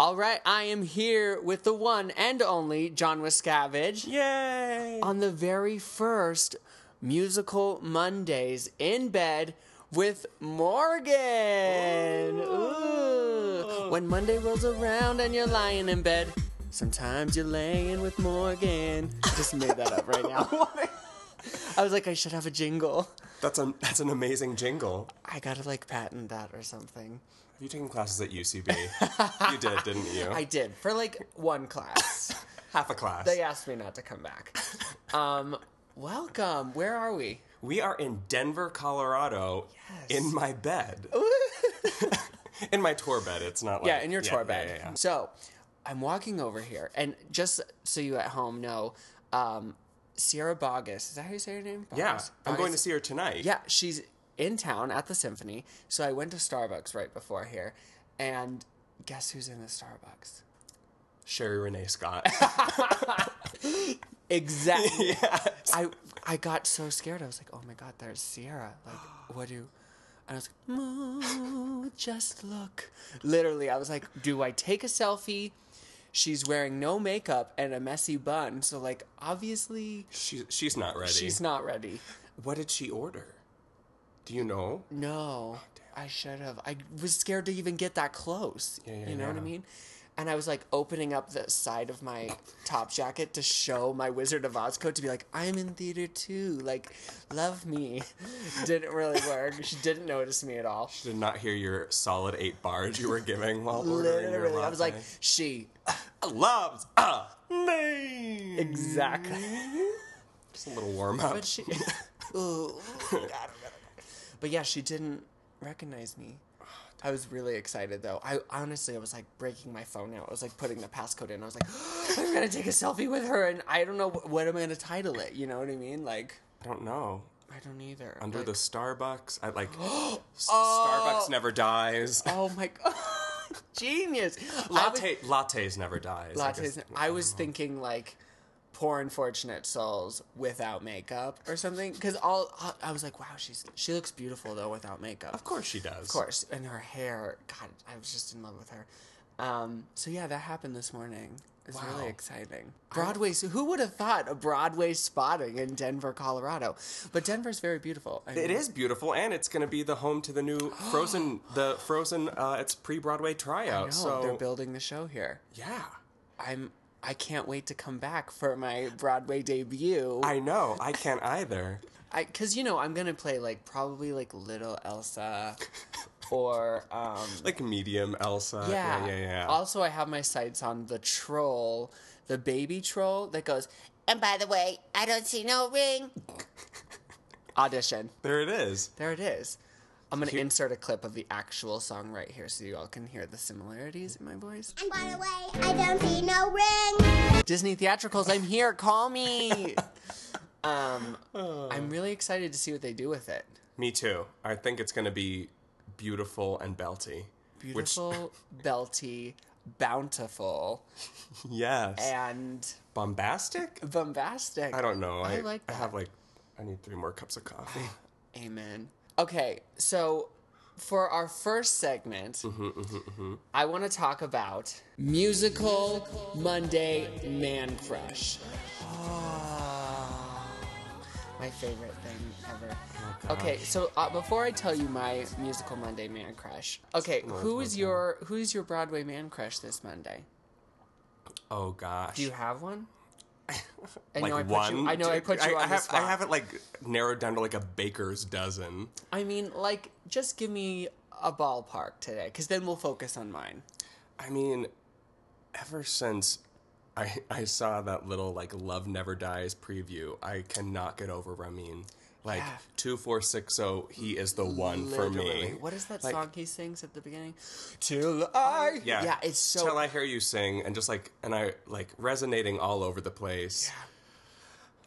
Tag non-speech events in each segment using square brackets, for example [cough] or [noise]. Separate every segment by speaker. Speaker 1: All right, I am here with the one and only John Wiscavige
Speaker 2: Yay!
Speaker 1: on the very first musical Mondays in bed with Morgan. Ooh. When Monday rolls around and you're lying in bed, sometimes you're laying with Morgan. Just made that up right now. I was like, I should have a jingle.
Speaker 2: That's an that's an amazing jingle.
Speaker 1: I gotta like patent that or something.
Speaker 2: Have you taken classes
Speaker 1: [laughs]
Speaker 2: at UCB? you did, didn't you?
Speaker 1: I did for like one class.
Speaker 2: Half a class.
Speaker 1: they asked me not to come back. Um, welcome. Where are
Speaker 2: [laughs]
Speaker 1: we?
Speaker 2: We are in Denver, Colorado,
Speaker 1: Yes. Oh.
Speaker 2: in my bed. in my tour bed. It's not like
Speaker 1: Yeah, in your tour
Speaker 2: yeah,
Speaker 1: bed.
Speaker 2: yeah, yeah.
Speaker 1: So I'm walking over here, and just so you at home know, um, Sierra Bogus. Is that how you say her name?
Speaker 2: Yeah,
Speaker 1: Boggess?
Speaker 2: I'm going
Speaker 1: Boggess?
Speaker 2: to see her tonight.
Speaker 1: Yeah, she's in town at the symphony. So I went to Starbucks right before here, and guess who's in the Starbucks?
Speaker 2: Sherry Renee
Speaker 1: [laughs]
Speaker 2: Scott.
Speaker 1: Exactly. [laughs]
Speaker 2: yeah.
Speaker 1: I I got so scared. I was like, "Oh my god, there's Sierra!" Like, what do? And I was like, "Moo, just look." Literally, I was like, "Do I take a selfie?" She's wearing no makeup and a messy bun, so like obviously
Speaker 2: She, she's not ready.
Speaker 1: she's not ready.
Speaker 2: What did she order? Do you know? Oh,
Speaker 1: No, I should have. I was scared to even get that close.
Speaker 2: yeah,
Speaker 1: you know what I
Speaker 2: yeah.
Speaker 1: mean? And I was like opening up the side of
Speaker 2: [laughs]
Speaker 1: my top jacket to show my Wizard of Oz coat to be like, I'm in theater too. Like, love me. [laughs] Didn't really work. She didn't notice me at all.
Speaker 2: Did not hear your solid eight bars you were giving while ordering your
Speaker 1: Literally, I was like,
Speaker 2: latte.
Speaker 1: she.
Speaker 2: loves a name.
Speaker 1: Exactly.
Speaker 2: Just a little warm up.
Speaker 1: But she. Ooh, God, God. But yeah, she didn't recognize me. I was really excited though. I honestly, I was like breaking my phone out. I was like putting the passcode in. I was like, [gasps] I'm gonna take a selfie with her, and I don't know wh- what am I gonna title it. You know what I mean? Like,
Speaker 2: I don't know.
Speaker 1: I don't either.
Speaker 2: Under
Speaker 1: Like,
Speaker 2: the Starbucks,
Speaker 1: [gasps]
Speaker 2: I like S- Starbucks never dies.
Speaker 1: [laughs] Oh my god, [laughs] genius!
Speaker 2: [laughs] Latte lattes never dies.
Speaker 1: [laughs]
Speaker 2: I
Speaker 1: I was,
Speaker 2: guess.
Speaker 1: lattes. I was thinking like poor unfortunate souls without makeup or something. Because all I was like, wow, she's she looks beautiful though without makeup.
Speaker 2: Of course she does. Of
Speaker 1: course, and her hair. God, I was just in love with her. Um, so yeah, that happened this morning. It's really exciting. Broadway. So who would have thought a Broadway spotting in Denver, Colorado? But Denver's very beautiful. I
Speaker 2: It
Speaker 1: mean,
Speaker 2: is beautiful, and it's going to be the home to
Speaker 1: [gasps]
Speaker 2: the new Frozen. the Frozen, uh, it's pre-Broadway tryout.
Speaker 1: no, they're
Speaker 2: so
Speaker 1: building the show here.
Speaker 2: yeah,
Speaker 1: I'm. I can't wait to come back for my Broadway debut.
Speaker 2: I know. I
Speaker 1: [laughs]
Speaker 2: can't either.
Speaker 1: I because you know I'm gonna play like probably like little
Speaker 2: [laughs]
Speaker 1: Elsa, or um
Speaker 2: Like medium Elsa.
Speaker 1: yeah.
Speaker 2: yeah, yeah. yeah.
Speaker 1: Also, I have my sights on the troll, the baby troll that goes
Speaker 3: And by the way, I don't see no ring.
Speaker 1: audition.
Speaker 2: there it is.
Speaker 1: There it is. I'm gonna insert a clip of the actual song right here so you all can hear the similarities in my voice.
Speaker 3: And by the way, I don't see no ring.
Speaker 1: Disney theatricals, I'm here. Call
Speaker 2: [laughs]
Speaker 1: me. um,
Speaker 2: Oh.
Speaker 1: I'm really excited to see what they do with it.
Speaker 2: Me too. I think it's going to be beautiful and belty. which-
Speaker 1: Beautiful, belty, bountiful,
Speaker 2: yes.
Speaker 1: and
Speaker 2: bombastic?
Speaker 1: bombastic.
Speaker 2: I don't know. I,
Speaker 1: I like
Speaker 2: I have
Speaker 1: that.
Speaker 2: like I need three more cups of coffee. [laughs]
Speaker 1: Amen. Okay, so for our first segment, I want to talk about musical Monday man crush. Oh, my favorite thing ever. okay, so uh, before I tell you my musical Monday man crush, okay, who is your who's your Broadway man crush this Monday?
Speaker 2: Oh gosh.
Speaker 1: Do you have one? I
Speaker 2: like
Speaker 1: know I put
Speaker 2: one?
Speaker 1: you. I know I put you on
Speaker 2: I
Speaker 1: the
Speaker 2: have,
Speaker 1: spot.
Speaker 2: I have it like narrowed down to like a baker's dozen.
Speaker 1: I mean, like, just give me a ballpark today, because then we'll focus on mine.
Speaker 2: I mean, ever since I I saw that little like Love Never Dies preview, I cannot get over Ramin. Like
Speaker 1: Yeah.
Speaker 2: two four six zero, he is the one for me.
Speaker 1: Literally. What is that
Speaker 2: Like-
Speaker 1: song he sings at the beginning? Till I.
Speaker 2: Yeah.
Speaker 1: Yeah, it's so.
Speaker 2: Till I hear you sing and just like and I like resonating all over the place.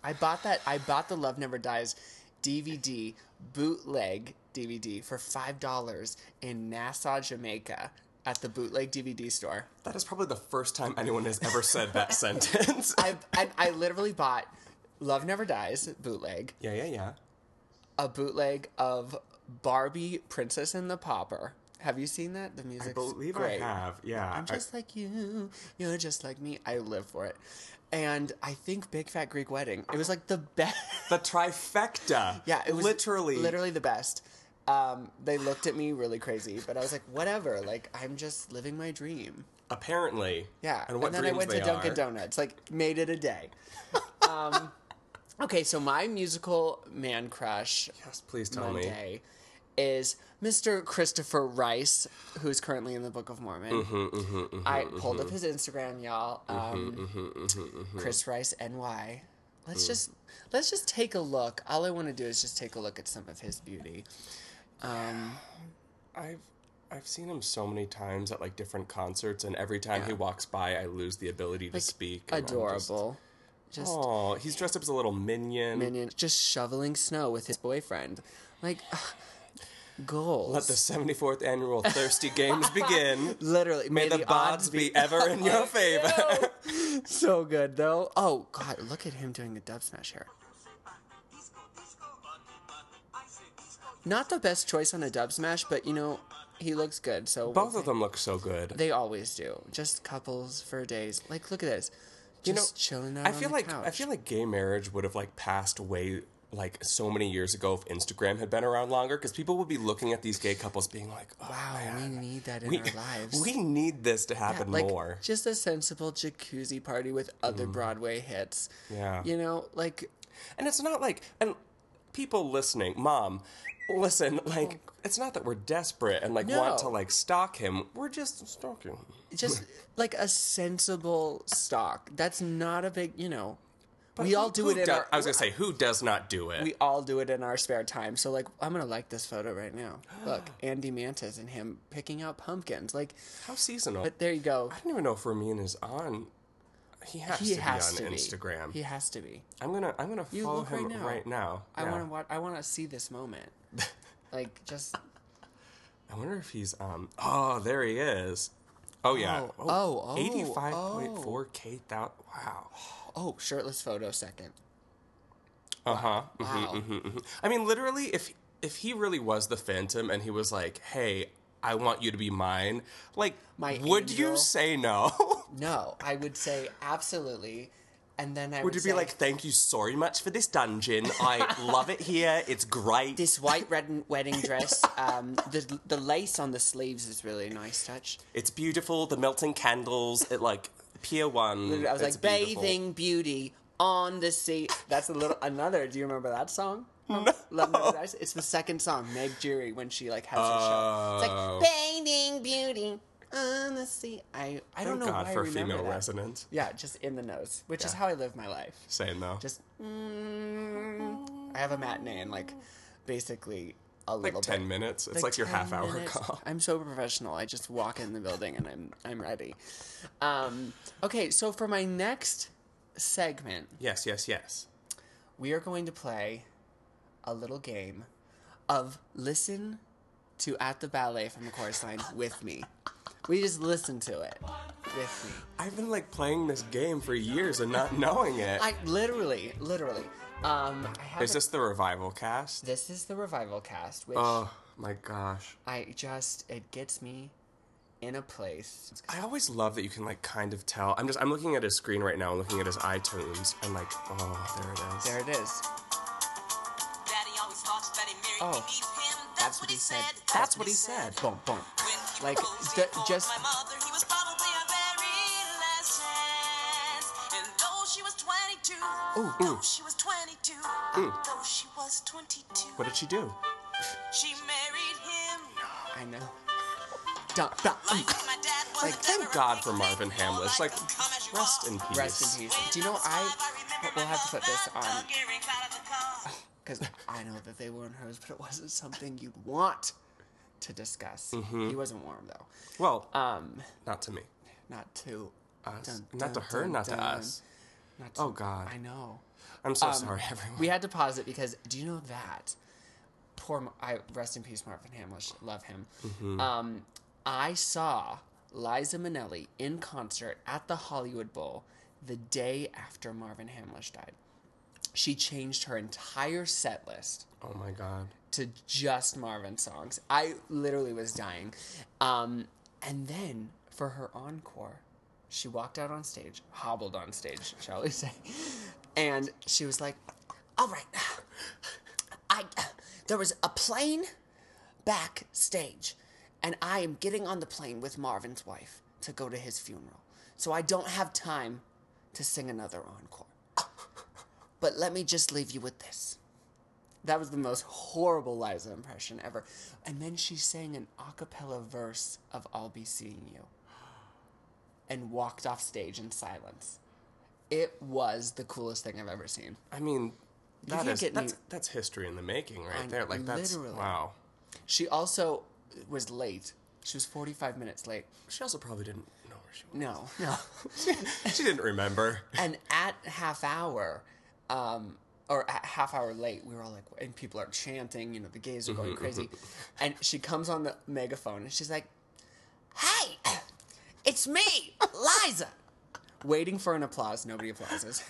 Speaker 1: I bought that. I bought the Love Never Dies DVD, bootleg DVD, for $5 in Nassau, Jamaica at the bootleg DVD store.
Speaker 2: That is probably the first time anyone has ever said that [laughs] sentence.
Speaker 1: I, I, I literally bought Love Never Dies bootleg,
Speaker 2: yeah, yeah, yeah.
Speaker 1: a bootleg of Barbie Princess and the Popper. Have you seen that? The music's
Speaker 2: I believe
Speaker 1: great.
Speaker 2: I have. Yeah.
Speaker 1: I'm
Speaker 2: I-
Speaker 1: just like you. You're just like me. I live for it. And I think Big Fat Greek Wedding. It was like the best. [laughs]
Speaker 2: the trifecta.
Speaker 1: yeah, it was
Speaker 2: literally.
Speaker 1: literally the best. Um, they looked at me really crazy, but I was like, whatever. Like I'm just living my dream.
Speaker 2: Apparently.
Speaker 1: Yeah.
Speaker 2: And what
Speaker 1: then I
Speaker 2: dreams
Speaker 1: went to
Speaker 2: they
Speaker 1: Dunkin'
Speaker 2: are.
Speaker 1: Donuts. Like made it a day. um, okay, so my musical man crush
Speaker 2: Yes, please tell me.
Speaker 1: Monday is Mr. Christopher Rice, who's currently in the Book of Mormon.
Speaker 2: Mm-hmm,
Speaker 1: I pulled up his Instagram, y'all. Um,
Speaker 2: mm-hmm,
Speaker 1: Chris Rice NY.
Speaker 2: Mm.
Speaker 1: Let's just let's just take a look. All I want to do is just take a look at some of his beauty.
Speaker 2: I've I've seen him so many times at like different concerts, and every time he walks by, I lose the ability to speak. and I'm just-
Speaker 1: Adorable. Just
Speaker 2: Oh, he's dressed up as a little minion.
Speaker 1: minion, just shoveling snow with his boyfriend. Like goals.
Speaker 2: Let the 74th annual Thirsty
Speaker 1: [laughs]
Speaker 2: Games begin.
Speaker 1: Literally,
Speaker 2: May the odds be ever
Speaker 1: [laughs]
Speaker 2: in your favor.
Speaker 1: so good though. Oh God, look at him doing the dub smash here. Not the best choice on a dub smash, but you know, he looks good. So we'll
Speaker 2: Both
Speaker 1: take-
Speaker 2: of them look so good.
Speaker 1: they always do. Just couples for days. Like look at this. Just
Speaker 2: You know,
Speaker 1: chilling out.
Speaker 2: I feel
Speaker 1: Mm-hmm. on the
Speaker 2: like I
Speaker 1: couch.
Speaker 2: feel like gay marriage would have like passed away like so many years ago if Instagram had been around longer because people would be looking at these gay couples being like, oh,
Speaker 1: wow,
Speaker 2: man,
Speaker 1: we need that in
Speaker 2: [laughs] we,
Speaker 1: our lives.
Speaker 2: we need this to happen
Speaker 1: like
Speaker 2: more. Mm.
Speaker 1: just a sensible jacuzzi party with other Broadway hits.
Speaker 2: Yeah.
Speaker 1: you know, like
Speaker 2: And it's not like and people listening, mom, listen, like it's not that we're desperate and like
Speaker 1: Oh. No.
Speaker 2: want to like stalk him. We're just stalking.
Speaker 1: just like a sensible stock. That's not a big, you know. we all do
Speaker 2: Who
Speaker 1: it in
Speaker 2: do-
Speaker 1: our.
Speaker 2: I was gonna say who does not do it.
Speaker 1: we all do it in our spare time. So like, I'm gonna like this photo right now.
Speaker 2: [gasps]
Speaker 1: Look, Andy Mantis and him picking out pumpkins. Like,
Speaker 2: How seasonal.
Speaker 1: but there you go.
Speaker 2: I don't even know if Ramin is on. He has
Speaker 1: He
Speaker 2: to
Speaker 1: has
Speaker 2: be
Speaker 1: to
Speaker 2: on
Speaker 1: be
Speaker 2: Instagram.
Speaker 1: He has to be.
Speaker 2: I'm gonna I'm gonna
Speaker 1: You
Speaker 2: follow
Speaker 1: look right
Speaker 2: him right
Speaker 1: now.
Speaker 2: now.
Speaker 1: I
Speaker 2: Yeah.
Speaker 1: want to watch. I want to see this moment.
Speaker 2: [laughs]
Speaker 1: like, just
Speaker 2: I wonder if he's um. Oh, there he is. Oh yeah.
Speaker 1: Oh, oh, oh,
Speaker 2: Eighty-five point four k thousand. Wow.
Speaker 1: oh, shirtless photo second. Oh.
Speaker 2: Uh huh.
Speaker 1: Wow.
Speaker 2: Mm-hmm. I mean, literally, if if he really was the Phantom and he was like, "Hey, I want you to be mine," like,
Speaker 1: My
Speaker 2: would
Speaker 1: angel.
Speaker 2: you say no? [laughs]
Speaker 1: No, I would say absolutely. And then I would,
Speaker 2: would you be
Speaker 1: say,
Speaker 2: like, "Thank you so much for this dungeon. I
Speaker 1: [laughs]
Speaker 2: love it here. It's great."
Speaker 1: this white red wedding dress. Um, the the lace on the sleeves is really a nice touch.
Speaker 2: It's beautiful. The melting candles at like Pier One.
Speaker 1: I was
Speaker 2: It's
Speaker 1: like
Speaker 2: beautiful.
Speaker 1: bathing beauty on the sea. That's a little another. Do you remember that song? Love Never Dies? It's the second song, Meg Jury, when she like has her show. It's
Speaker 2: Oh.
Speaker 1: like bathing beauty on the sea. I I don't know
Speaker 2: Uh, Thank God
Speaker 1: why
Speaker 2: for
Speaker 1: I remember
Speaker 2: female
Speaker 1: that.
Speaker 2: resonance.
Speaker 1: Yeah, just in the nose, which is how I live my life.
Speaker 2: Saying though,
Speaker 1: Just mm, I have a matinee and like basically a
Speaker 2: like
Speaker 1: little
Speaker 2: ten
Speaker 1: bit.
Speaker 2: minutes. It's like,
Speaker 1: Like
Speaker 2: your
Speaker 1: 10
Speaker 2: half hour
Speaker 1: minutes.
Speaker 2: [laughs] call.
Speaker 1: I'm so professional. I just walk in the building and I'm I'm ready. Um, okay, so for my next segment,
Speaker 2: Yes, yes, yes.
Speaker 1: we are going to play a little game of listen to at the ballet from the chorus line with me. We just listen to it with me.
Speaker 2: I've been like playing this game for years and not knowing it.
Speaker 1: I literally, literally. Um, I have
Speaker 2: Is
Speaker 1: a-
Speaker 2: this the revival cast?
Speaker 1: this is the revival cast, which
Speaker 2: Oh my gosh.
Speaker 1: I just it gets me in a place.
Speaker 2: I always love that you can like kind of tell. I'm just I'm looking at his screen right now, I'm looking at his iTunes, and like, oh, there it is.
Speaker 1: There it is.
Speaker 4: Daddy always thought that he married
Speaker 1: Oh,
Speaker 4: me, leave him. That's, what he said.
Speaker 2: That's what he said.
Speaker 1: Boom, boom.
Speaker 4: When he
Speaker 1: Like,
Speaker 4: proposed,
Speaker 1: the-
Speaker 4: he called
Speaker 1: just-
Speaker 4: my mother. He was probably our very last chance. And though she was 22,
Speaker 1: Ooh.
Speaker 4: though she was 22, though she was 22,
Speaker 2: What did she do?
Speaker 4: she married him.
Speaker 1: I know. Dun, dun,
Speaker 4: Like,
Speaker 1: mm.
Speaker 4: my dad was
Speaker 2: Like,
Speaker 4: a
Speaker 2: thank
Speaker 4: never
Speaker 2: God for
Speaker 4: ending
Speaker 2: Marvin
Speaker 4: thing, more
Speaker 2: Hamlish. Like,
Speaker 4: a come as you
Speaker 2: rest
Speaker 4: are.
Speaker 2: in peace.
Speaker 1: Rest in peace. Do you know
Speaker 4: When
Speaker 1: I?
Speaker 4: was five, remember
Speaker 1: We'll have to
Speaker 4: my
Speaker 1: put this
Speaker 4: mother
Speaker 1: on
Speaker 4: gearing out of the car.
Speaker 1: because I know that they weren't hers, but it wasn't something you'd want to discuss.
Speaker 2: Mm-hmm.
Speaker 1: He wasn't warm though.
Speaker 2: Well,
Speaker 1: Um,
Speaker 2: not to me.
Speaker 1: not to
Speaker 2: Us.
Speaker 1: dun,
Speaker 2: not to
Speaker 1: dun,
Speaker 2: her,
Speaker 1: dun,
Speaker 2: not
Speaker 1: dun.
Speaker 2: to us.
Speaker 1: Not to,
Speaker 2: Oh, God.
Speaker 1: I know.
Speaker 2: I'm so sorry, [laughs] everyone.
Speaker 1: We had to pause it because do you know that poor Ma- I rest in peace Marvin Hamlish, love him. Um, I saw Liza Minnelli in concert at the Hollywood Bowl the day after Marvin Hamlish died. She changed her entire set list
Speaker 2: oh my god.
Speaker 1: to just Marvin songs. I literally was dying. Um, and then for her encore, she walked out on stage, hobbled on stage, shall we say, and she was like, "All right, I there was a plane backstage, and I am getting on the plane with Marvin's wife to go to his funeral, so I don't have time to sing another encore." But let me just leave you with this. That was the most horrible Liza impression ever. And then she sang an a cappella verse of I'll Be Seeing You and walked off stage in silence. It was the coolest thing I've ever seen.
Speaker 2: I mean, that
Speaker 1: can't
Speaker 2: is
Speaker 1: get
Speaker 2: that's
Speaker 1: any-
Speaker 2: that's history in the making right
Speaker 1: I-
Speaker 2: there. Like that's
Speaker 1: literally.
Speaker 2: wow.
Speaker 1: She also was late. She was 45 minutes late.
Speaker 2: She also probably didn't know where she was.
Speaker 1: No, [laughs] no.
Speaker 2: She didn't remember.
Speaker 1: and at half hour, um, or at half hour late, we were all like, and people are chanting, you know, the gays are going crazy. And she comes on the megaphone and she's like, Hey, it's me, Liza. Waiting for an applause. Nobody applauses.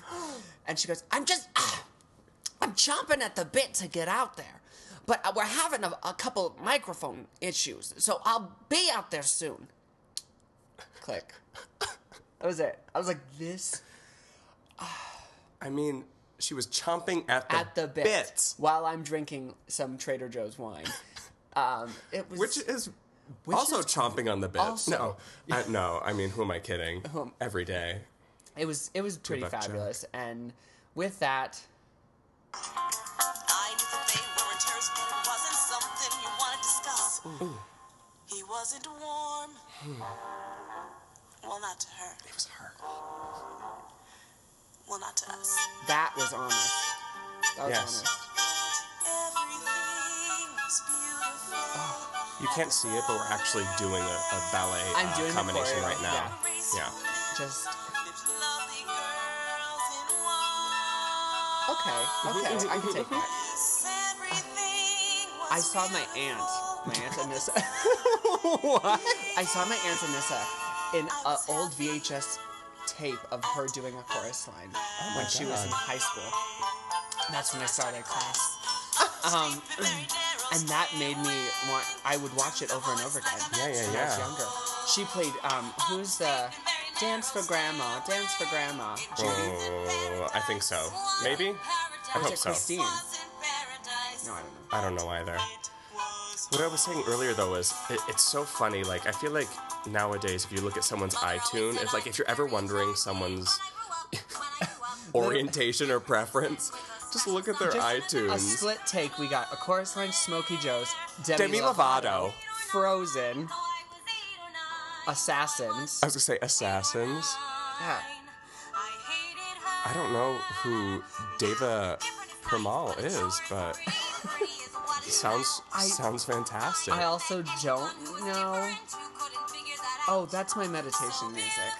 Speaker 1: And she goes, I'm just, [clears throat] ah, I'm chomping at the bit to get out there. But uh, we're having a, a couple microphone issues. So I'll be out there soon. Click. That was it. I was like, this
Speaker 2: I mean, she was chomping at the,
Speaker 1: at the bit
Speaker 2: bits,
Speaker 1: while I'm drinking some Trader Joe's wine. Um, it was
Speaker 2: which is also
Speaker 1: is-
Speaker 2: chomping on the bits.
Speaker 1: Also-
Speaker 2: No, I, no. I mean, who am I kidding? Every day.
Speaker 1: it was it was pretty
Speaker 2: buck
Speaker 1: fabulous. And with that,
Speaker 4: I knew that they were in terms, but it wasn't something you want to discuss. He wasn't warm. Well, not to her.
Speaker 2: It was her.
Speaker 4: Well, not to us.
Speaker 1: that was honest. That was
Speaker 2: Yes.
Speaker 1: honest.
Speaker 4: Everything was beautiful.
Speaker 2: You can't see it, but we're actually doing a, a ballet
Speaker 1: I'm
Speaker 2: uh,
Speaker 1: doing the
Speaker 2: combination
Speaker 1: choreo,
Speaker 2: right now. Yeah.
Speaker 1: Just
Speaker 4: There's lovely girls in one.
Speaker 1: okay, okay. I can take that.
Speaker 4: Everything was
Speaker 1: I saw my aunt, my aunt
Speaker 2: [laughs]
Speaker 1: Anissa. what? [laughs] I saw my aunt Anissa in an old VHS tape of her doing a chorus line when she was in
Speaker 2: Oh God.
Speaker 1: high school. That's when I started class. Um,
Speaker 4: very narrow.
Speaker 1: and that made me want I would watch it over and over again.
Speaker 2: Yeah, yeah,
Speaker 1: when I was
Speaker 2: yeah.
Speaker 1: younger. She played um who's the Dance for Grandma, Dance for Grandma. Judy?
Speaker 2: Oh, I think so. Maybe. I
Speaker 1: Or is
Speaker 2: hope
Speaker 1: it
Speaker 2: so.
Speaker 1: Christine?
Speaker 4: Was
Speaker 2: Oh.
Speaker 4: in paradise.
Speaker 1: No, I don't know.
Speaker 2: I don't know either.
Speaker 4: It was
Speaker 2: What I was saying earlier though is it, it's so funny. Like I feel like nowadays, if you look at someone's iTunes, if like if you're ever wondering someone's [laughs] orientation or preference, just look at their
Speaker 1: A
Speaker 2: iTunes.
Speaker 1: split take we got a chorus line Smokey Joe's, Demi,
Speaker 2: Demi Lovato.
Speaker 1: Frozen, Assassins.
Speaker 2: I was gonna say assassins.
Speaker 1: Yeah.
Speaker 2: I don't know who Deva Permal is, but sounds
Speaker 1: I-
Speaker 2: sounds fantastic.
Speaker 1: I also don't know. Oh, that's my meditation music.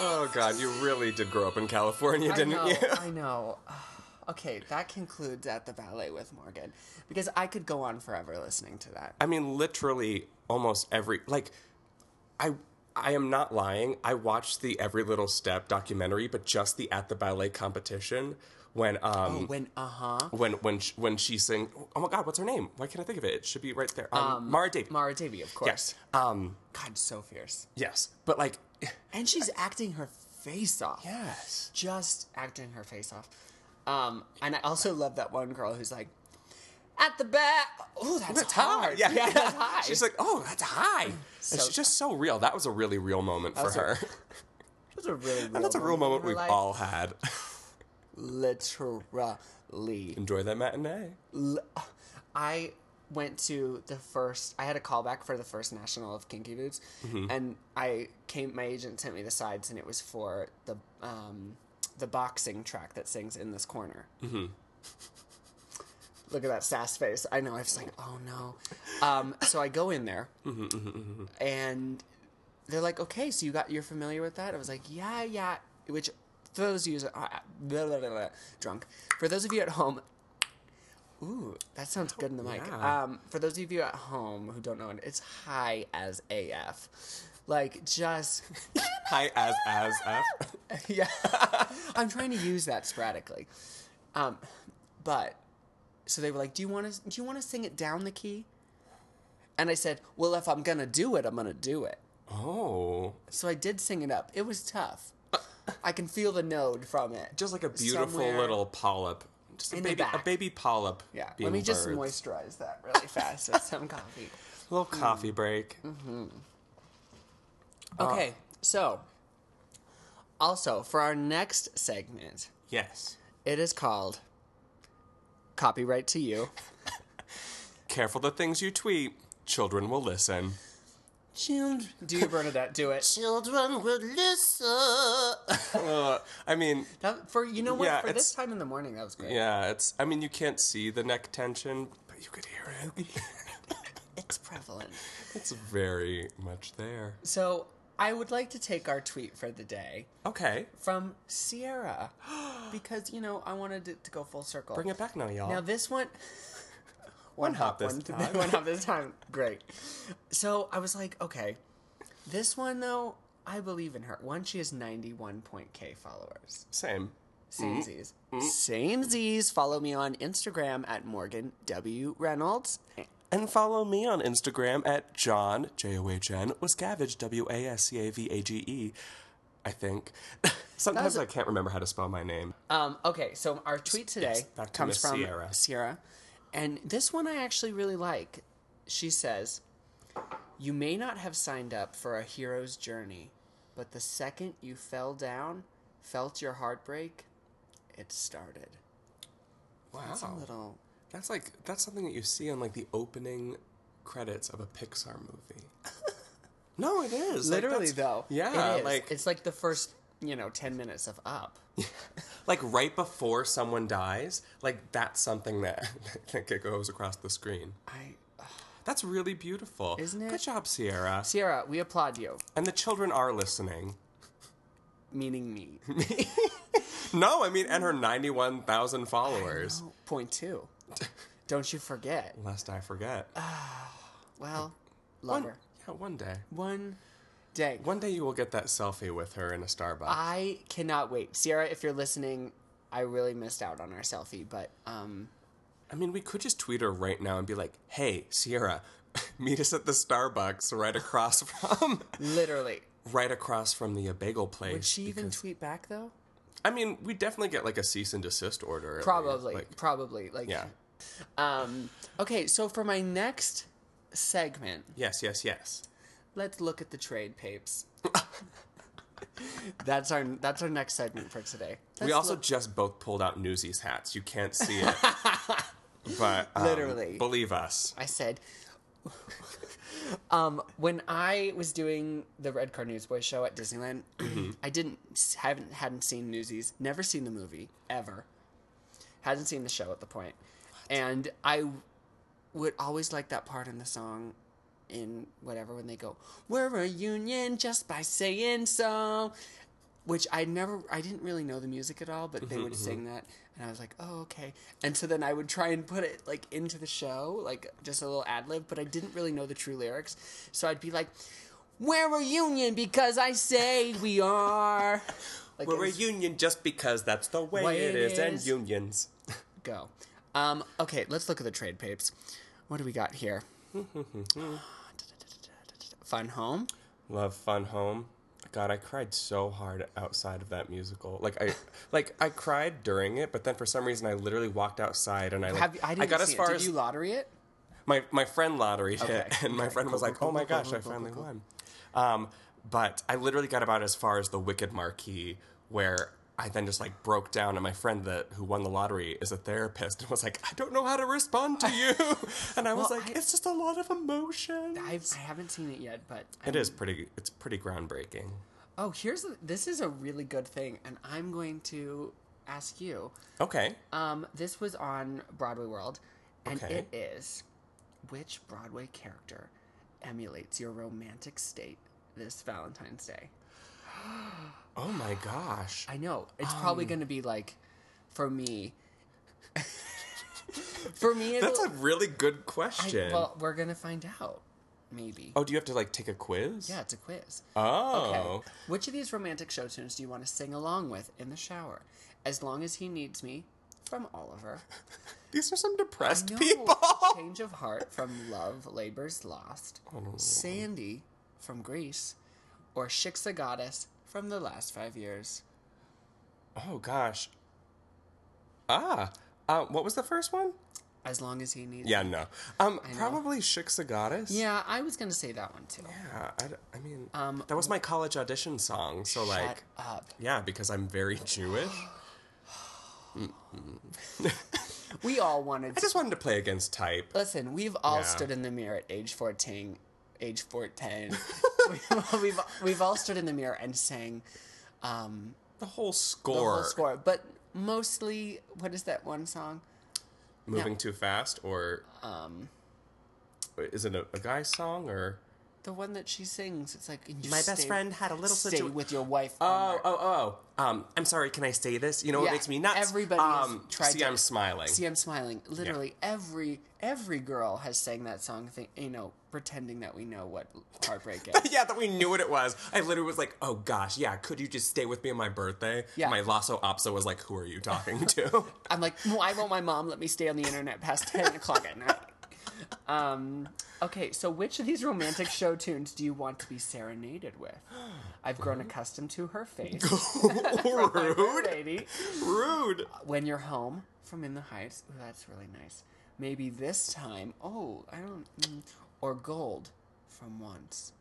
Speaker 2: oh god, you really did grow up in California, didn't
Speaker 1: I know,
Speaker 2: you? [laughs]
Speaker 1: I know. [sighs] Okay, that concludes at the ballet with Morgan because I could go on forever listening to that.
Speaker 2: I mean, literally almost every like, I I am not lying. I watched the Every Little Step documentary, but just the at the ballet competition when um
Speaker 1: When uh huh.
Speaker 2: when when she, when she sing. Oh my god, what's her name? Why can't I think of it? It should be right there. Um, Mara David.
Speaker 1: Mara Davey, of course.
Speaker 2: yes. Um.
Speaker 1: God, so fierce.
Speaker 2: Yes. But like.
Speaker 1: And she's acting her face off.
Speaker 2: Yes.
Speaker 1: Just acting her face off. Um, and I also love that one girl who's like, at the back. Oh, that's,
Speaker 2: That's
Speaker 1: hard.
Speaker 2: high. Yeah.
Speaker 1: [laughs] that's high. Mm,
Speaker 2: She's like, oh, that's high. And
Speaker 1: So-
Speaker 2: she's just so real. That was a really real moment for
Speaker 1: was a-
Speaker 2: her.
Speaker 1: that's a really real
Speaker 2: [laughs] and that's a real moment
Speaker 1: in her
Speaker 2: we've
Speaker 1: life.
Speaker 2: all had. [laughs]
Speaker 1: literally
Speaker 2: Enjoy
Speaker 1: [laughs]
Speaker 2: that matinee.
Speaker 1: L- I went to the first. I had a callback for the first national of Kinky Dudes, and I came. My agent sent me the sides, and it was for the um, the boxing track that sings in this corner. Mm-hmm. Look at that sass face. I know. I was like, oh no. Um, so I go in there, and they're like, okay, so you got you're familiar with that? I was like, yeah, yeah. Which for those of you uh, blah, blah, blah, blah, drunk, for those of you at home, ooh, that sounds good in the mic.
Speaker 2: Yeah.
Speaker 1: Um, for those of you at home who don't know it, it's high as AF. Like just
Speaker 2: Hi, as as F.
Speaker 1: [laughs] yeah. I'm trying to use that sporadically. Um, but so they were like, "Do you want to do you want to sing it down the key?" And I said, "Well, if I'm going to do it, I'm going to do it."
Speaker 2: Oh.
Speaker 1: So I did sing it up. It was tough. I can feel the node from it.
Speaker 2: Just like a beautiful
Speaker 1: Somewhere-
Speaker 2: little polyp. Just a
Speaker 1: in the
Speaker 2: baby a
Speaker 1: back.
Speaker 2: baby polyp.
Speaker 1: Yeah.
Speaker 2: being
Speaker 1: Let me just
Speaker 2: birthed.
Speaker 1: moisturize that really fast with some coffee.
Speaker 2: little
Speaker 1: Hmm.
Speaker 2: coffee break.
Speaker 1: Mm-hmm. Okay. So, also for our next segment,
Speaker 2: Yes.
Speaker 1: it is called Copyright to You.
Speaker 2: Careful the things you tweet. Children will listen.
Speaker 1: Children. Do you, Bernadette? Do it.
Speaker 2: Children will listen. I mean,
Speaker 1: That, for you know what?
Speaker 2: Yeah,
Speaker 1: for this
Speaker 2: it's-
Speaker 1: time in the morning, that was great.
Speaker 2: yeah, it's. I mean, you can't see the neck tension, but you could hear
Speaker 1: [laughs]
Speaker 2: it.
Speaker 1: It's prevalent.
Speaker 2: It's very much there.
Speaker 1: So I would like to take our tweet for the day
Speaker 2: Okay,
Speaker 1: from
Speaker 2: [gasps]
Speaker 1: Sierra because you know I wanted it to go full circle.
Speaker 2: bring it back now, y'all.
Speaker 1: Now this one, one
Speaker 2: hop this
Speaker 1: one, [laughs]
Speaker 2: time.
Speaker 1: one
Speaker 2: [laughs]
Speaker 1: hop this time. Great. So I was like, okay, this one though, I believe in her. One, she has ninety-one point K followers.
Speaker 2: Same. Mm-hmm.
Speaker 1: Samesies. Samesies. Follow me on Instagram at Morgan W Reynolds.
Speaker 2: And follow me on Instagram at John J O H N Wascavage W A S C A V A G E. I think. [laughs] Sometimes I can't remember how to spell my name.
Speaker 1: Um, okay, so our tweet today
Speaker 2: yes, back to
Speaker 1: comes
Speaker 2: Miss
Speaker 1: from Sierra.
Speaker 2: Sierra.
Speaker 1: And this one I actually really like. She says, You may not have signed up for a hero's journey, but the second you fell down, felt your heartbreak, it started.
Speaker 2: Wow,
Speaker 1: It's a little.
Speaker 2: that's like that's something that you see on like the opening credits of a Pixar
Speaker 1: [laughs]
Speaker 2: movie. no, it is Like,
Speaker 1: Literally,
Speaker 2: that's-
Speaker 1: though.
Speaker 2: Yeah,
Speaker 1: it is.
Speaker 2: like
Speaker 1: It's like the first, you know, 10 minutes of Up.
Speaker 2: [laughs] like right before someone dies, like that's something that [laughs] that it goes across the screen.
Speaker 1: I.
Speaker 2: uh, That's really beautiful,
Speaker 1: Isn't it?
Speaker 2: Good job, Sierra.
Speaker 1: Sierra, we applaud you.
Speaker 2: And the children are listening.
Speaker 1: Meaning
Speaker 2: [laughs]
Speaker 1: me.
Speaker 2: No, I mean, and her ninety-one thousand followers.
Speaker 1: Point two. Don't you forget.
Speaker 2: [laughs] Lest I forget.
Speaker 1: Oh, Well,
Speaker 2: One-
Speaker 1: love her.
Speaker 2: yeah, one day.
Speaker 1: One day.
Speaker 2: One day you will get that selfie with her in a Starbucks.
Speaker 1: I cannot wait. Sierra, if you're listening, I really missed out on our selfie, but um
Speaker 2: I mean, we could just tweet her right now and be like, "Hey, Sierra, [laughs] meet us at the Starbucks right across [laughs] from
Speaker 1: literally.
Speaker 2: right across from the bagel place."
Speaker 1: Would she even
Speaker 2: because-
Speaker 1: tweet back though?
Speaker 2: I mean, we definitely get like a cease and desist order. at least,
Speaker 1: Probably.
Speaker 2: like-
Speaker 1: probably. Like
Speaker 2: yeah.
Speaker 1: um okay, so for my next segment,
Speaker 2: Yes. Yes. Yes.
Speaker 1: let's look at the trade
Speaker 2: [laughs]
Speaker 1: papes. [laughs] that's our that's our next segment for today.
Speaker 2: we
Speaker 1: Let's
Speaker 2: also
Speaker 1: look-
Speaker 2: just both pulled out Newsies hats. You can't
Speaker 1: [laughs]
Speaker 2: see it, but um,
Speaker 1: Literally.
Speaker 2: believe us.
Speaker 1: I said, um, when I was doing the Red Car Newsboy show at Disneyland, I didn't haven't hadn't seen Newsies, never seen the movie ever, hadn't seen the show at the point, and I would always like that part in the song. In whatever, when they go, we're a union just by saying so, which I never, I didn't really know the music at all, but
Speaker 2: Mm-hmm,
Speaker 1: they would sing that, and I was like, oh okay. And so then I would try and put it like into the show, like just a little ad lib, but I didn't really know the true lyrics, so I'd be like, "We're a union because I say we are." Like it
Speaker 2: [laughs] We're a
Speaker 1: was-
Speaker 2: union just because that's the way,
Speaker 1: Way
Speaker 2: it
Speaker 1: it
Speaker 2: is, and
Speaker 1: is.
Speaker 2: unions.
Speaker 1: go. Um, okay, let's look at the trade papes. What do we got [laughs] here? Fun home.
Speaker 2: Love Fun Home. God, I cried so hard outside of that musical. Like I, like I cried during it, but then for some reason I literally walked outside and I like
Speaker 1: Have you, I didn't
Speaker 2: got
Speaker 1: see
Speaker 2: as far
Speaker 1: it. Did
Speaker 2: as
Speaker 1: you lottery it?
Speaker 2: my my friend lotteried
Speaker 1: Okay.
Speaker 2: it, and my friend was
Speaker 1: Cool,
Speaker 2: like,
Speaker 1: cool,
Speaker 2: "Oh my
Speaker 1: cool,
Speaker 2: gosh,
Speaker 1: cool,
Speaker 2: I
Speaker 1: cool,
Speaker 2: finally
Speaker 1: cool,
Speaker 2: won." Um, but I literally got about as far as the Wicked Marquee, where I then just like broke down, and my friend that who won the lottery is a therapist [laughs] and was like, "I don't know how to respond
Speaker 1: [laughs]
Speaker 2: to you," and I was
Speaker 1: Well,
Speaker 2: like,
Speaker 1: I-
Speaker 2: "It's just a lot of emotion."
Speaker 1: I've, I haven't seen it yet, but
Speaker 2: It is pretty. It's pretty groundbreaking.
Speaker 1: Oh, here's a, this is a really good thing, and I'm going to ask you.
Speaker 2: Okay.
Speaker 1: Um, this was on Broadway World, and
Speaker 2: Okay.
Speaker 1: it is which Broadway character emulates your romantic state this Valentine's Day?
Speaker 2: Oh my gosh.
Speaker 1: I know it's probably
Speaker 2: Um.
Speaker 1: going to be like for me. [laughs] for me, it'll,
Speaker 2: That's a really good
Speaker 1: I-
Speaker 2: question.
Speaker 1: well, we're gonna find out, maybe.
Speaker 2: oh, do you have to like take a quiz?
Speaker 1: Yeah, it's a quiz.
Speaker 2: Oh.
Speaker 1: Okay. Which of these romantic show tunes do you want to sing along with in the shower? As long as he needs me, from
Speaker 2: [laughs]
Speaker 1: Oliver.
Speaker 2: These are some depressed
Speaker 1: No
Speaker 2: people.
Speaker 1: Change of heart from Love, Labor's Lost. Sandy from Greece. Or Shiksa Goddess from the last five years.
Speaker 2: Oh gosh. Ah. Uh, what was the first one?
Speaker 1: As long as he needs
Speaker 2: Yeah, no. Um, probably Shiksa Goddess.
Speaker 1: Yeah, I was going to say that one too.
Speaker 2: Yeah, I, d- I mean,
Speaker 1: Um,
Speaker 2: that was my college audition song. So like,
Speaker 1: Shut up.
Speaker 2: yeah, because I'm very Jewish.
Speaker 1: We all wanted
Speaker 2: I
Speaker 1: to.
Speaker 2: just wanted to play against type.
Speaker 1: Listen, we've all
Speaker 2: Yeah.
Speaker 1: stood in the mirror at age 14, age 14.
Speaker 2: [laughs]
Speaker 1: we've, [laughs] we've, we've all stood in the mirror and sang um,
Speaker 2: The whole score.
Speaker 1: the whole score. But mostly, what is that one song?
Speaker 2: Moving too fast, or um, is it a, a guy song or?
Speaker 1: The one that she sings. It's like, and you
Speaker 2: My best
Speaker 1: stay-
Speaker 2: friend had a little
Speaker 1: stay
Speaker 2: situa-
Speaker 1: with your wife.
Speaker 2: Oh, oh, oh. Um, I'm sorry. Can I say this? You know,
Speaker 1: Yeah,
Speaker 2: it makes me nuts.
Speaker 1: everybody has
Speaker 2: um,
Speaker 1: tried
Speaker 2: see,
Speaker 1: to-
Speaker 2: I'm smiling.
Speaker 1: See, I'm smiling. Literally, every every girl has sang that song. Thing, you know, pretending that we know what heartbreak is.
Speaker 2: [laughs] yeah, that we knew what it was. I literally was like, "Oh gosh, yeah. Could you just stay with me on my birthday?"
Speaker 1: Yeah.
Speaker 2: My lasso opsa was like, "Who are you
Speaker 1: [laughs]
Speaker 2: talking to?"
Speaker 1: I'm like, why won't my mom let me stay on the internet past 10 o'clock at night? Um, okay, so which of these romantic show tunes do you want to be serenaded with? I've grown accustomed to her face. from my fair
Speaker 2: [laughs] Rude.
Speaker 1: lady.
Speaker 2: Rude.
Speaker 1: When you're home from In the Heights. Ooh, that's really nice. Maybe this time. Oh, I don't. Mm, or gold from once.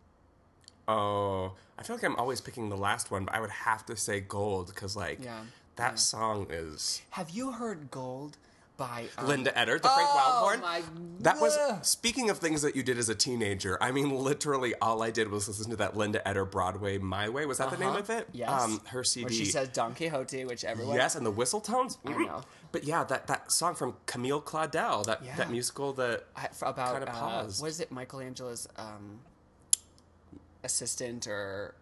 Speaker 2: Oh, I feel like I'm always picking the last one, but I would have to say gold because like
Speaker 1: Yeah,
Speaker 2: that song is
Speaker 1: Have you heard Gold by um,
Speaker 2: Linda Eddard, the Frank
Speaker 1: Oh
Speaker 2: Wildhorn.
Speaker 1: my!
Speaker 2: That was
Speaker 1: Ugh.
Speaker 2: speaking of things that you did as a teenager. I mean, literally, all I did was listen to that Linda Etter Broadway "My Way." Was that the name
Speaker 1: Uh-huh.
Speaker 2: of it?
Speaker 1: Yes.
Speaker 2: Um, her CD.
Speaker 1: Where she says Don Quixote, which everyone
Speaker 2: yes, and the whistle tones. Mm-hmm.
Speaker 1: I know.
Speaker 2: But yeah, that, that song from Camille Claudel, that,
Speaker 1: Yeah.
Speaker 2: that musical that
Speaker 1: I, f- about
Speaker 2: Kinda
Speaker 1: uh,
Speaker 2: paused.
Speaker 1: was it Michelangelo's um, assistant or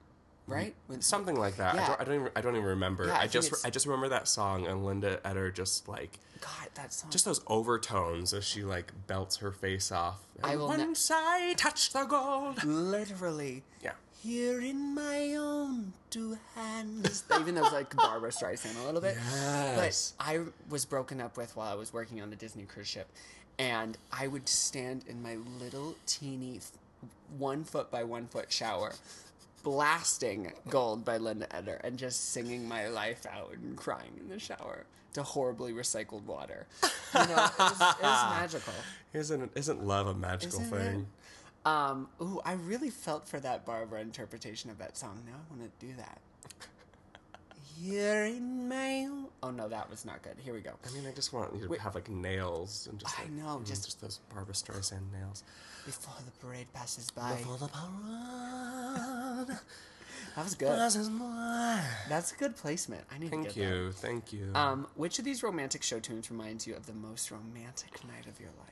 Speaker 1: right?
Speaker 2: Mm-hmm.
Speaker 1: When-
Speaker 2: something like that.
Speaker 1: Yeah.
Speaker 2: I, don't, I don't even I don't even remember.
Speaker 1: Yeah, I
Speaker 2: I,
Speaker 1: think
Speaker 2: just
Speaker 1: it's-
Speaker 2: I just remember that song and Linda Etter just like
Speaker 1: God, that song.
Speaker 2: just those overtones as she like belts her face off.
Speaker 1: I
Speaker 2: And
Speaker 1: will ne-
Speaker 2: once I touch the gold.
Speaker 1: literally.
Speaker 2: Yeah.
Speaker 1: Here in my own two hands. [laughs] Even though it's like Barbara Streisand a little bit.
Speaker 2: Yes.
Speaker 1: But I was broken up with while I was working on a Disney cruise ship. And I would stand in my little teeny f- one foot by one foot shower, blasting Gold by Linda Eder and just singing my life out and crying in the shower to horribly recycled water. You know, it was, it was [laughs] magical.
Speaker 2: Isn't isn't love a magical
Speaker 1: Isn't
Speaker 2: thing?
Speaker 1: it? Um, ooh, I really felt for that Barbara interpretation of that song. Now I want to do that. Here in my own- oh no, that was not good. Here we go.
Speaker 2: I mean, I just want you to have like nails and just
Speaker 1: I
Speaker 2: like,
Speaker 1: know,
Speaker 2: mm,
Speaker 1: just-
Speaker 2: just those Barbara Streisand nails.
Speaker 1: Before the parade passes by,
Speaker 2: the parade
Speaker 1: that was good.
Speaker 2: mine.
Speaker 1: That's a good placement. I need to
Speaker 2: Thank
Speaker 1: get that.
Speaker 2: you, thank you.
Speaker 1: Um, which of these romantic show tunes reminds you of the most romantic night of your life?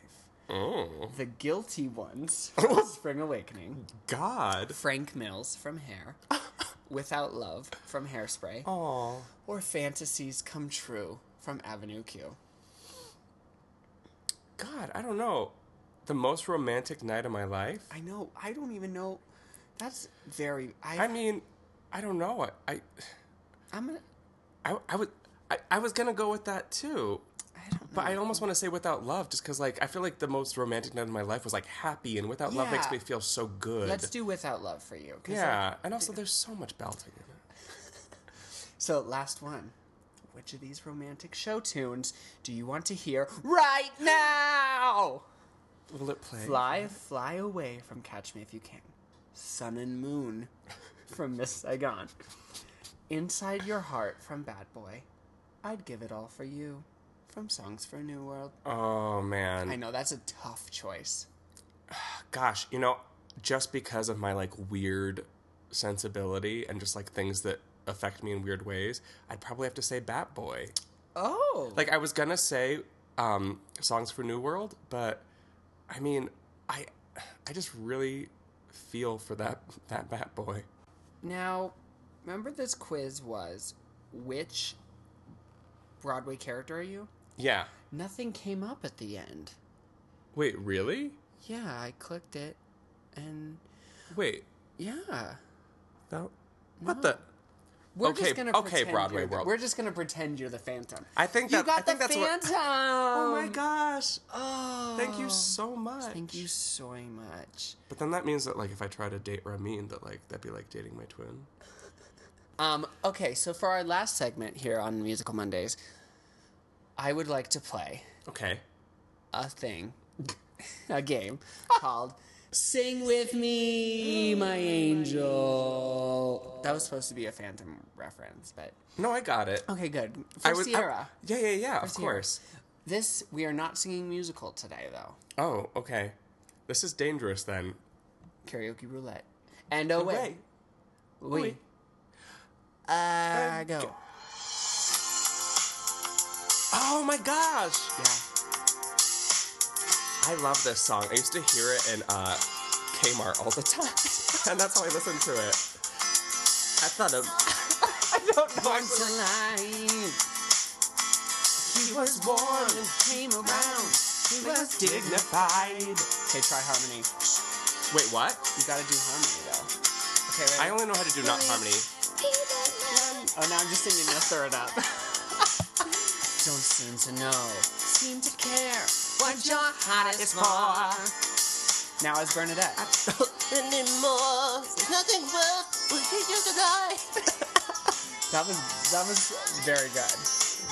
Speaker 2: oh
Speaker 1: The Guilty
Speaker 2: [laughs]
Speaker 1: Ones from Spring Awakening,
Speaker 2: God.
Speaker 1: Frank Mills from
Speaker 2: [laughs]
Speaker 1: Hair, Without Love from Hairspray,
Speaker 2: Aw.
Speaker 1: or Fantasies Come True from Avenue Q.
Speaker 2: God, I don't know. The most romantic night of my life.
Speaker 1: I know. I don't even know. That's very. I,
Speaker 2: I
Speaker 1: I'm.
Speaker 2: mean, I don't know. I I
Speaker 1: I'm. ai
Speaker 2: I, I would I, I was gonna go with that too.
Speaker 1: I don't know.
Speaker 2: But I almost want to say without love, just because like I feel like the most romantic night of my life was like happy, and without love makes
Speaker 1: Yeah.
Speaker 2: me feel so good.
Speaker 1: Let's do without love for you. 'cause, like,
Speaker 2: Yeah, and also there's so much belting in it.
Speaker 1: so last one. Which of these romantic show tunes do you want to hear right now?
Speaker 2: Will it play?
Speaker 1: Fly, fly away from Catch Me If You Can. Sun and Moon from Miss Saigon. Inside Your Heart from Bad Boy. I'd Give It All for You from Songs for a New World.
Speaker 2: Oh man,
Speaker 1: I know that's a tough choice.
Speaker 2: gosh, you know, just because of my like weird sensibility and just like things that affect me in weird ways, I'd probably have to say Bat Boy.
Speaker 1: Oh.
Speaker 2: Like I was gonna say um, songs for New World, but I mean, I I just really feel for that that Bat Boy.
Speaker 1: Now, remember this quiz was which Broadway character are you?
Speaker 2: Yeah.
Speaker 1: Nothing came up at the end.
Speaker 2: Wait, really?
Speaker 1: Yeah, I clicked it and
Speaker 2: Wait.
Speaker 1: yeah.
Speaker 2: No. What the?
Speaker 1: We're
Speaker 2: okay,
Speaker 1: just gonna
Speaker 2: okay,
Speaker 1: pretend
Speaker 2: Broadway
Speaker 1: you're the-
Speaker 2: world.
Speaker 1: We're just gonna pretend you're the Phantom.
Speaker 2: I think
Speaker 1: you
Speaker 2: that-
Speaker 1: got
Speaker 2: I think
Speaker 1: the
Speaker 2: that's what-
Speaker 1: Phantom. oh
Speaker 2: [laughs] oh my
Speaker 1: [laughs]
Speaker 2: gosh! Thank you so much.
Speaker 1: Thank you so much.
Speaker 2: But then that means that like if I try to date Ramin, that like that'd be like dating my twin.
Speaker 1: Um, okay, so for our last segment here on Musical Mondays, I would like to play
Speaker 2: Okay.
Speaker 1: a thing, [laughs] a game called Sing With Me, My Angel. That was supposed to be a Phantom reference, but.
Speaker 2: No, I got it.
Speaker 1: Okay, good. Oh, For
Speaker 2: I was- I-
Speaker 1: Sierra.
Speaker 2: yeah, yeah, yeah. of
Speaker 1: Sierra.
Speaker 2: course.
Speaker 1: This, we are not singing musical today, though.
Speaker 2: Oh, okay. This is dangerous then.
Speaker 1: Karaoke roulette. And away.
Speaker 2: Wait.
Speaker 1: We.
Speaker 2: Wait.
Speaker 1: I go.
Speaker 2: Oh my gosh!
Speaker 1: Yeah.
Speaker 2: I love this song. I used to hear it in uh, Kmart all the [laughs] time, and that's how I listened to it. I thought
Speaker 1: [laughs]
Speaker 2: of. I don't know. I'm
Speaker 1: Once
Speaker 2: so-
Speaker 1: alive.
Speaker 2: He was born.
Speaker 1: came around. He was
Speaker 2: dignified.
Speaker 1: Okay, try harmony.
Speaker 2: Wait, what?
Speaker 1: You gotta do harmony though. Okay, wait.
Speaker 2: I only know how to do not harmony.
Speaker 1: oh, now I'm just singing the third up. [laughs] Don't seem to know, seem to care what your heart is for. Now it's Bernadette.
Speaker 4: Anymore, there's nothing worth what he used to like.
Speaker 1: [laughs] That was that was very good.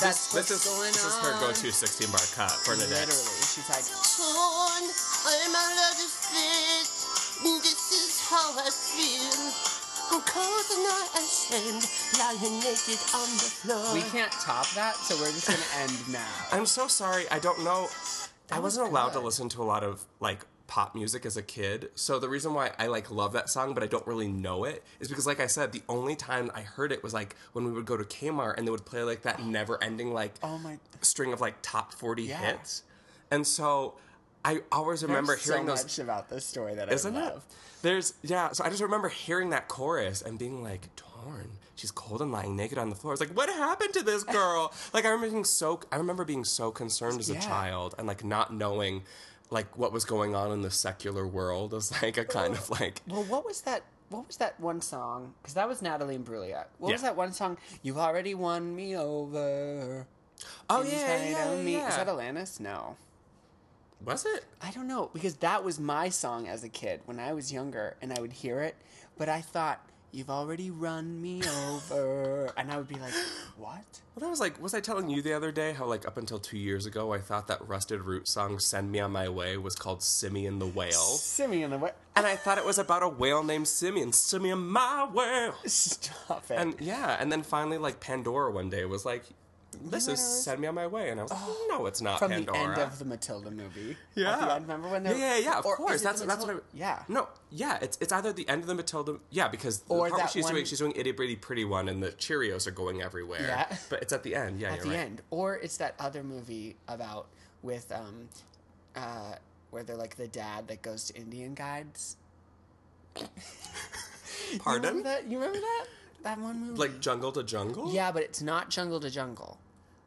Speaker 1: That's what's
Speaker 2: This is
Speaker 1: going
Speaker 2: this is
Speaker 1: on.
Speaker 2: her go-to 16 bar cut,
Speaker 1: Literally,
Speaker 2: Bernadette.
Speaker 1: she's like,
Speaker 4: torn. I'm out of fit. This is how I feel. I'm cold and not ashamed, lying naked on the floor.
Speaker 1: we can't top that, so we're just gonna end now.
Speaker 2: I'm so sorry. I don't know. I
Speaker 1: was
Speaker 2: wasn't allowed to
Speaker 1: good.
Speaker 2: listen to a lot of like pop music as a kid. So the reason why I like love that song, but I don't really know it, is because like I said, the only time I heard it was like when we would go to Kmart and they would play like that never-ending like
Speaker 1: Oh my-
Speaker 2: string of like top 40
Speaker 1: Yeah.
Speaker 2: hits. And so I always remember
Speaker 1: There's
Speaker 2: hearing
Speaker 1: so
Speaker 2: those
Speaker 1: much about this story that
Speaker 2: isn't
Speaker 1: I
Speaker 2: it?
Speaker 1: love.
Speaker 2: There's yeah. So I just remember hearing that chorus and being like, "Torn, she's cold and lying naked on the floor." It's like, what happened to this [laughs] girl? like I remember being so I remember being so concerned as a
Speaker 1: Yeah.
Speaker 2: child and like not knowing like what was going on in the secular world as like a kind of like
Speaker 1: Well, what was that? What was that one song? Because that was Natalie Imbruglia. What was
Speaker 2: Yeah.
Speaker 1: that one song? You already won me over.
Speaker 2: [laughs] oh
Speaker 1: inside
Speaker 2: yeah, yeah,
Speaker 1: of me.
Speaker 2: yeah.
Speaker 1: Is that Alanis? No,
Speaker 2: was it?
Speaker 1: I don't know because that was my song as a kid when I was younger, and I would hear it, but I thought you've already run
Speaker 2: [laughs]
Speaker 1: me over, and I would be like, what?
Speaker 2: Well, that was like, was I telling you the other day how like up until two years ago I thought that Rusted Root song "Send Me on My Way" was called "Simeon the Whale."
Speaker 1: Simeon the what?
Speaker 2: And I thought it was about a whale named Simeon. Simeon, my whale.
Speaker 1: Stop it.
Speaker 2: And yeah, and then finally, like Pandora one day was like, "This
Speaker 1: You
Speaker 2: is
Speaker 1: are-
Speaker 2: send me on my way," and I was like, "No, it's not
Speaker 1: Oh, from
Speaker 2: Pandora."
Speaker 1: the end of the Matilda movie.
Speaker 2: yeah,
Speaker 1: At the end, remember when? they
Speaker 2: yeah, yeah, yeah, of
Speaker 1: or is it
Speaker 2: course.
Speaker 1: the
Speaker 2: That's that's what I,
Speaker 1: Matilda- yeah.
Speaker 2: No, yeah, it's it's either the end of the Matilda, yeah, because the
Speaker 1: Or
Speaker 2: part where
Speaker 1: that
Speaker 2: she's
Speaker 1: one-
Speaker 2: doing she's doing itty bitty pretty one, and the Cheerios are going everywhere.
Speaker 1: Yeah.
Speaker 2: but it's at the end. Yeah,
Speaker 1: at
Speaker 2: you're
Speaker 1: the
Speaker 2: right.
Speaker 1: end, or it's that other movie about with um, uh, where they're like the dad that goes to Indian guides.
Speaker 2: Pardon?
Speaker 1: Remember that? You remember that? That one movie.
Speaker 2: Like jungle to jungle?
Speaker 1: yeah, but it's not jungle to jungle.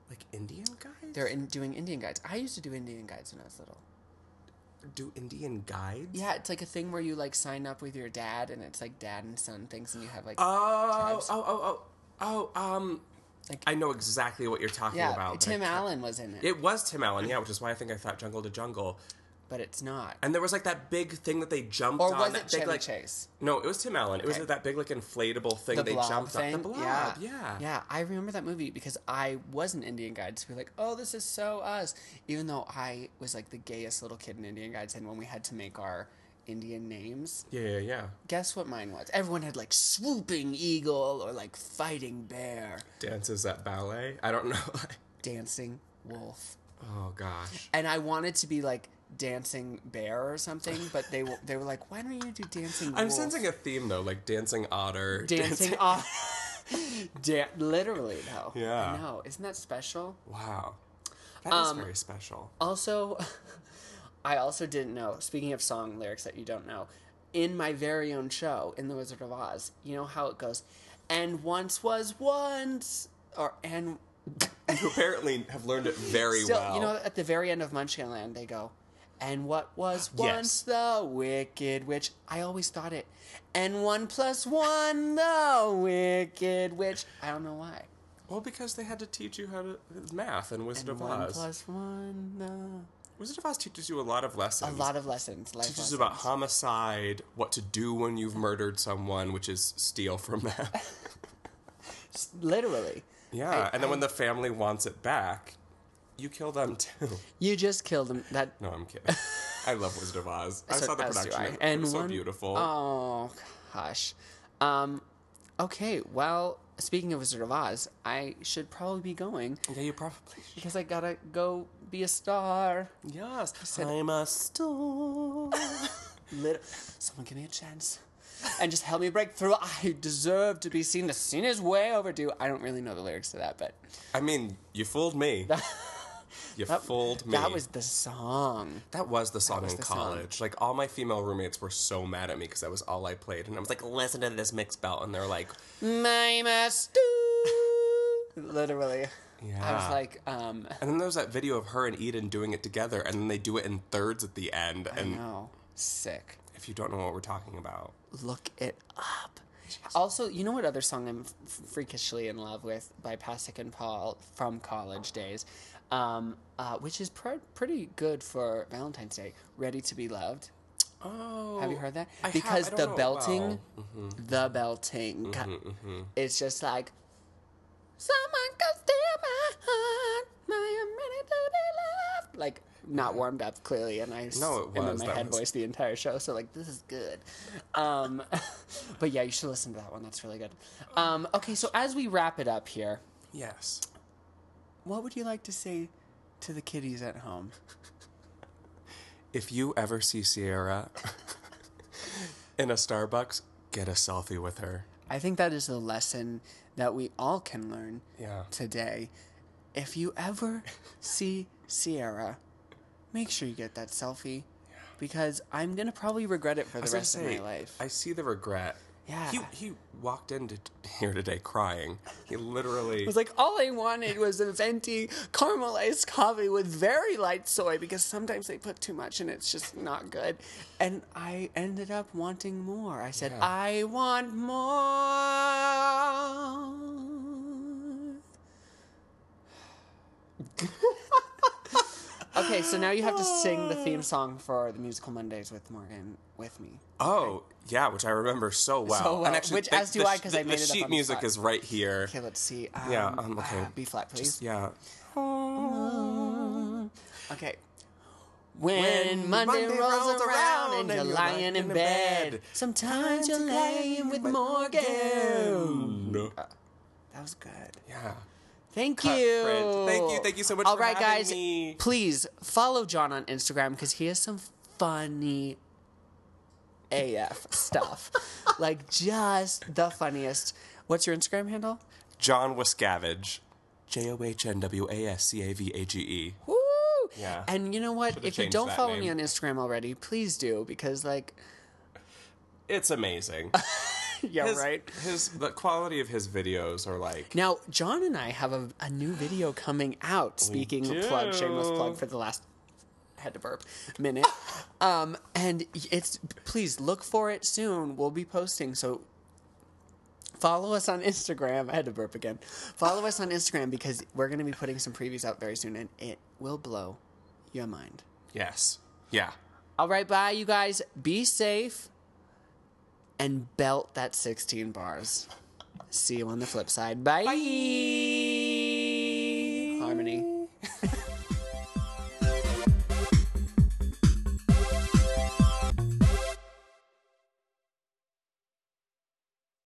Speaker 2: like Indian guys.
Speaker 1: They're in, doing Indian guides. I used to do Indian guides when I was little.
Speaker 2: do Indian guides.
Speaker 1: Yeah, it's like a thing where you like sign up with your dad, and it's like dad and son things, and you have like
Speaker 2: Oh,
Speaker 1: Tribes.
Speaker 2: oh, oh, oh, oh. Um,
Speaker 1: Like-
Speaker 2: I know exactly what you're talking
Speaker 1: yeah.
Speaker 2: about. but I
Speaker 1: Tim
Speaker 2: can't-
Speaker 1: Allen was in it,
Speaker 2: It was Tim Allen, yeah, which is why I think I thought Jungle to Jungle.
Speaker 1: but it's not.
Speaker 2: And there was like that big thing that they jumped
Speaker 1: Or
Speaker 2: on.
Speaker 1: was
Speaker 2: that
Speaker 1: it
Speaker 2: big,
Speaker 1: Chevy
Speaker 2: like-
Speaker 1: Chase?
Speaker 2: No, it was Tim Allen. It was
Speaker 1: Okay.
Speaker 2: that big like inflatable thing they jumped on. The blob, yeah. yeah.
Speaker 1: Yeah, I remember that movie because I was an Indian guide. So we were like, oh, this is so us. Even though I was like the gayest little kid in Indian guides, and when we had to make our Indian names,
Speaker 2: Yeah, yeah, yeah.
Speaker 1: guess what mine was? Everyone had like swooping eagle or like fighting bear,
Speaker 2: Dances at ballet. I don't know. [laughs]
Speaker 1: dancing wolf.
Speaker 2: oh gosh.
Speaker 1: And I wanted to be like dancing bear or something, but they were, they were like, why don't you do dancing wolf?
Speaker 2: I'm sensing a theme though, like dancing otter.
Speaker 1: dancing off. [laughs] Dan- literally, though.
Speaker 2: Yeah.
Speaker 1: I know. Isn't that special?
Speaker 2: Wow. that is
Speaker 1: Um, [laughs]
Speaker 2: very special.
Speaker 1: Also, I also didn't know. Speaking of song lyrics that you don't know, in my very own show in The Wizard of Oz, you know how it goes, and once was once, or and
Speaker 2: You apparently have learned it very
Speaker 1: still,
Speaker 2: well.
Speaker 1: you know, at the very end of Munchkinland, they go, And what was
Speaker 2: Yes.
Speaker 1: once the Wicked Witch? I always thought it. And one plus one, the Wicked Witch. I don't know why.
Speaker 2: Well, because they had to teach you how to math and Wizard
Speaker 1: And
Speaker 2: of
Speaker 1: one
Speaker 2: Oz.
Speaker 1: plus one, the.
Speaker 2: Wizard of Oz teaches you a lot of lessons.
Speaker 1: A lot of lessons. Life
Speaker 2: teaches
Speaker 1: lessons.
Speaker 2: about homicide, what to do when you've murdered someone, which is steal
Speaker 1: [laughs]
Speaker 2: from them.
Speaker 1: Literally.
Speaker 2: yeah,
Speaker 1: I-
Speaker 2: and then when the family wants it back, you kill them too. [laughs]
Speaker 1: You just killed him. That.
Speaker 2: No,
Speaker 1: [laughs]
Speaker 2: I'm kidding. I love Wizard of Oz. I
Speaker 1: So-
Speaker 2: saw the
Speaker 1: as do
Speaker 2: production.
Speaker 1: I.
Speaker 2: of it. it
Speaker 1: And
Speaker 2: was so
Speaker 1: one-
Speaker 2: beautiful.
Speaker 1: Oh gosh. Um, okay. Well, speaking of Wizard of Oz, I should probably be going
Speaker 2: yeah, you probably should.
Speaker 1: because I gotta go be a star.
Speaker 2: Yes. I'm a star.
Speaker 1: Lit- Someone give me a chance. And just help me break through. I deserve to be seen. The scene is way overdue. I don't really know the lyrics to that, but
Speaker 2: I mean, you
Speaker 1: [laughs]
Speaker 2: fooled me. You fooled me.
Speaker 1: that was the song.
Speaker 2: That was the song in
Speaker 1: the song.
Speaker 2: college. Like all my female roommates were so mad at me because that was all I played, and I was like, "Listen to this mix belt," and they're like,
Speaker 1: My master. Literally. I
Speaker 2: Yeah.
Speaker 1: was like, um,
Speaker 2: And then there's that video of her and Eden doing it together, and then they do it in thirds at the end. And
Speaker 1: no, sick.
Speaker 2: if you don't know what we're talking about,
Speaker 1: look it up. Also, you know what other song I'm f- freakishly in love with by Pasek and Paul from college days, um, uh, which is pr- pretty good for Valentine's Day. Ready to be loved.
Speaker 2: oh,
Speaker 1: Have you heard that?
Speaker 2: I have,
Speaker 1: because
Speaker 2: I don't
Speaker 1: the
Speaker 2: know it
Speaker 1: belting,
Speaker 2: well. Mm-hmm.
Speaker 1: the belting, it's just like someone can steal my heart. I am ready to be loved. Like not warmed up clearly, and I s-
Speaker 2: No, it
Speaker 1: am in
Speaker 2: was.
Speaker 1: my
Speaker 2: That
Speaker 1: head
Speaker 2: was-
Speaker 1: voice the entire show. So like this is good. Um, [laughs] but yeah, you should listen to that one. That's really good. Um, okay, so as we wrap it up here,
Speaker 2: yes,
Speaker 1: what would you like to say to the kiddies at home?
Speaker 2: if you ever see Sierra [laughs] in a Starbucks, get a selfie with her.
Speaker 1: I think that is the lesson that we all can learn
Speaker 2: Yeah.
Speaker 1: today. If you
Speaker 2: [laughs]
Speaker 1: ever see Sierra, make sure you get that selfie because I'm going to probably regret it for the
Speaker 2: I was
Speaker 1: rest
Speaker 2: gonna
Speaker 1: of my
Speaker 2: say,
Speaker 1: life.
Speaker 2: I see the regret.
Speaker 1: Yeah.
Speaker 2: He, he walked into t- here today crying.
Speaker 1: [laughs]
Speaker 2: He literally
Speaker 1: I was like, all I wanted was a venti caramel iced coffee with very light soy because sometimes they put too much and it's just not good. And I ended up wanting more. I said,
Speaker 2: Yeah.
Speaker 1: I want more. okay, so now you have to sing the [sighs] theme song for the musical Mondays with Morgan with me.
Speaker 2: Oh, yeah, which I remember so well.
Speaker 1: So well, which as do I, 'cause I
Speaker 2: the
Speaker 1: made it up
Speaker 2: sheet
Speaker 1: on the
Speaker 2: music
Speaker 1: spot.
Speaker 2: is right here.
Speaker 1: Okay, let's see. Um,
Speaker 2: Yeah, um, okay.
Speaker 1: uh, B flat, please.
Speaker 2: Just- yeah.
Speaker 1: Okay. When, Monday, rolls, around and you're lying in bed, sometimes you're laying with Morgan.
Speaker 2: Uh,
Speaker 1: That was good.
Speaker 2: Yeah.
Speaker 1: Thank
Speaker 2: Cut
Speaker 1: you.
Speaker 2: print. Thank you. Thank you so much
Speaker 1: All
Speaker 2: for
Speaker 1: right,
Speaker 2: having
Speaker 1: guys.
Speaker 2: me.
Speaker 1: Please follow John on Instagram because he has some funny AF [laughs] stuff. like just the funniest. What's your Instagram handle?
Speaker 2: John Wascavage. J O H N W A S C A V A G E.
Speaker 1: Woo!
Speaker 2: Yeah.
Speaker 1: And you know what?
Speaker 2: Should've
Speaker 1: if you
Speaker 2: changed
Speaker 1: don't
Speaker 2: that
Speaker 1: follow
Speaker 2: name.
Speaker 1: me on Instagram already, please do because like
Speaker 2: It's [laughs] amazing.
Speaker 1: [laughs] yeah,
Speaker 2: His-
Speaker 1: right.
Speaker 2: His the quality of his videos are like
Speaker 1: Now, John and I have a, a new video coming out. Speaking of plug,
Speaker 2: do.
Speaker 1: shameless plug for the last had to burp
Speaker 2: [laughs]
Speaker 1: minute. um, and it's please look for it soon. We'll be posting. So follow us on Instagram. I had to burp again. Follow us on Instagram because we're going to be putting some previews out very soon, and it will blow your mind.
Speaker 2: yes. Yeah.
Speaker 1: All right, bye, you guys. Be safe and belt that 16 bars. See you on the flip side. Bye. Harmony.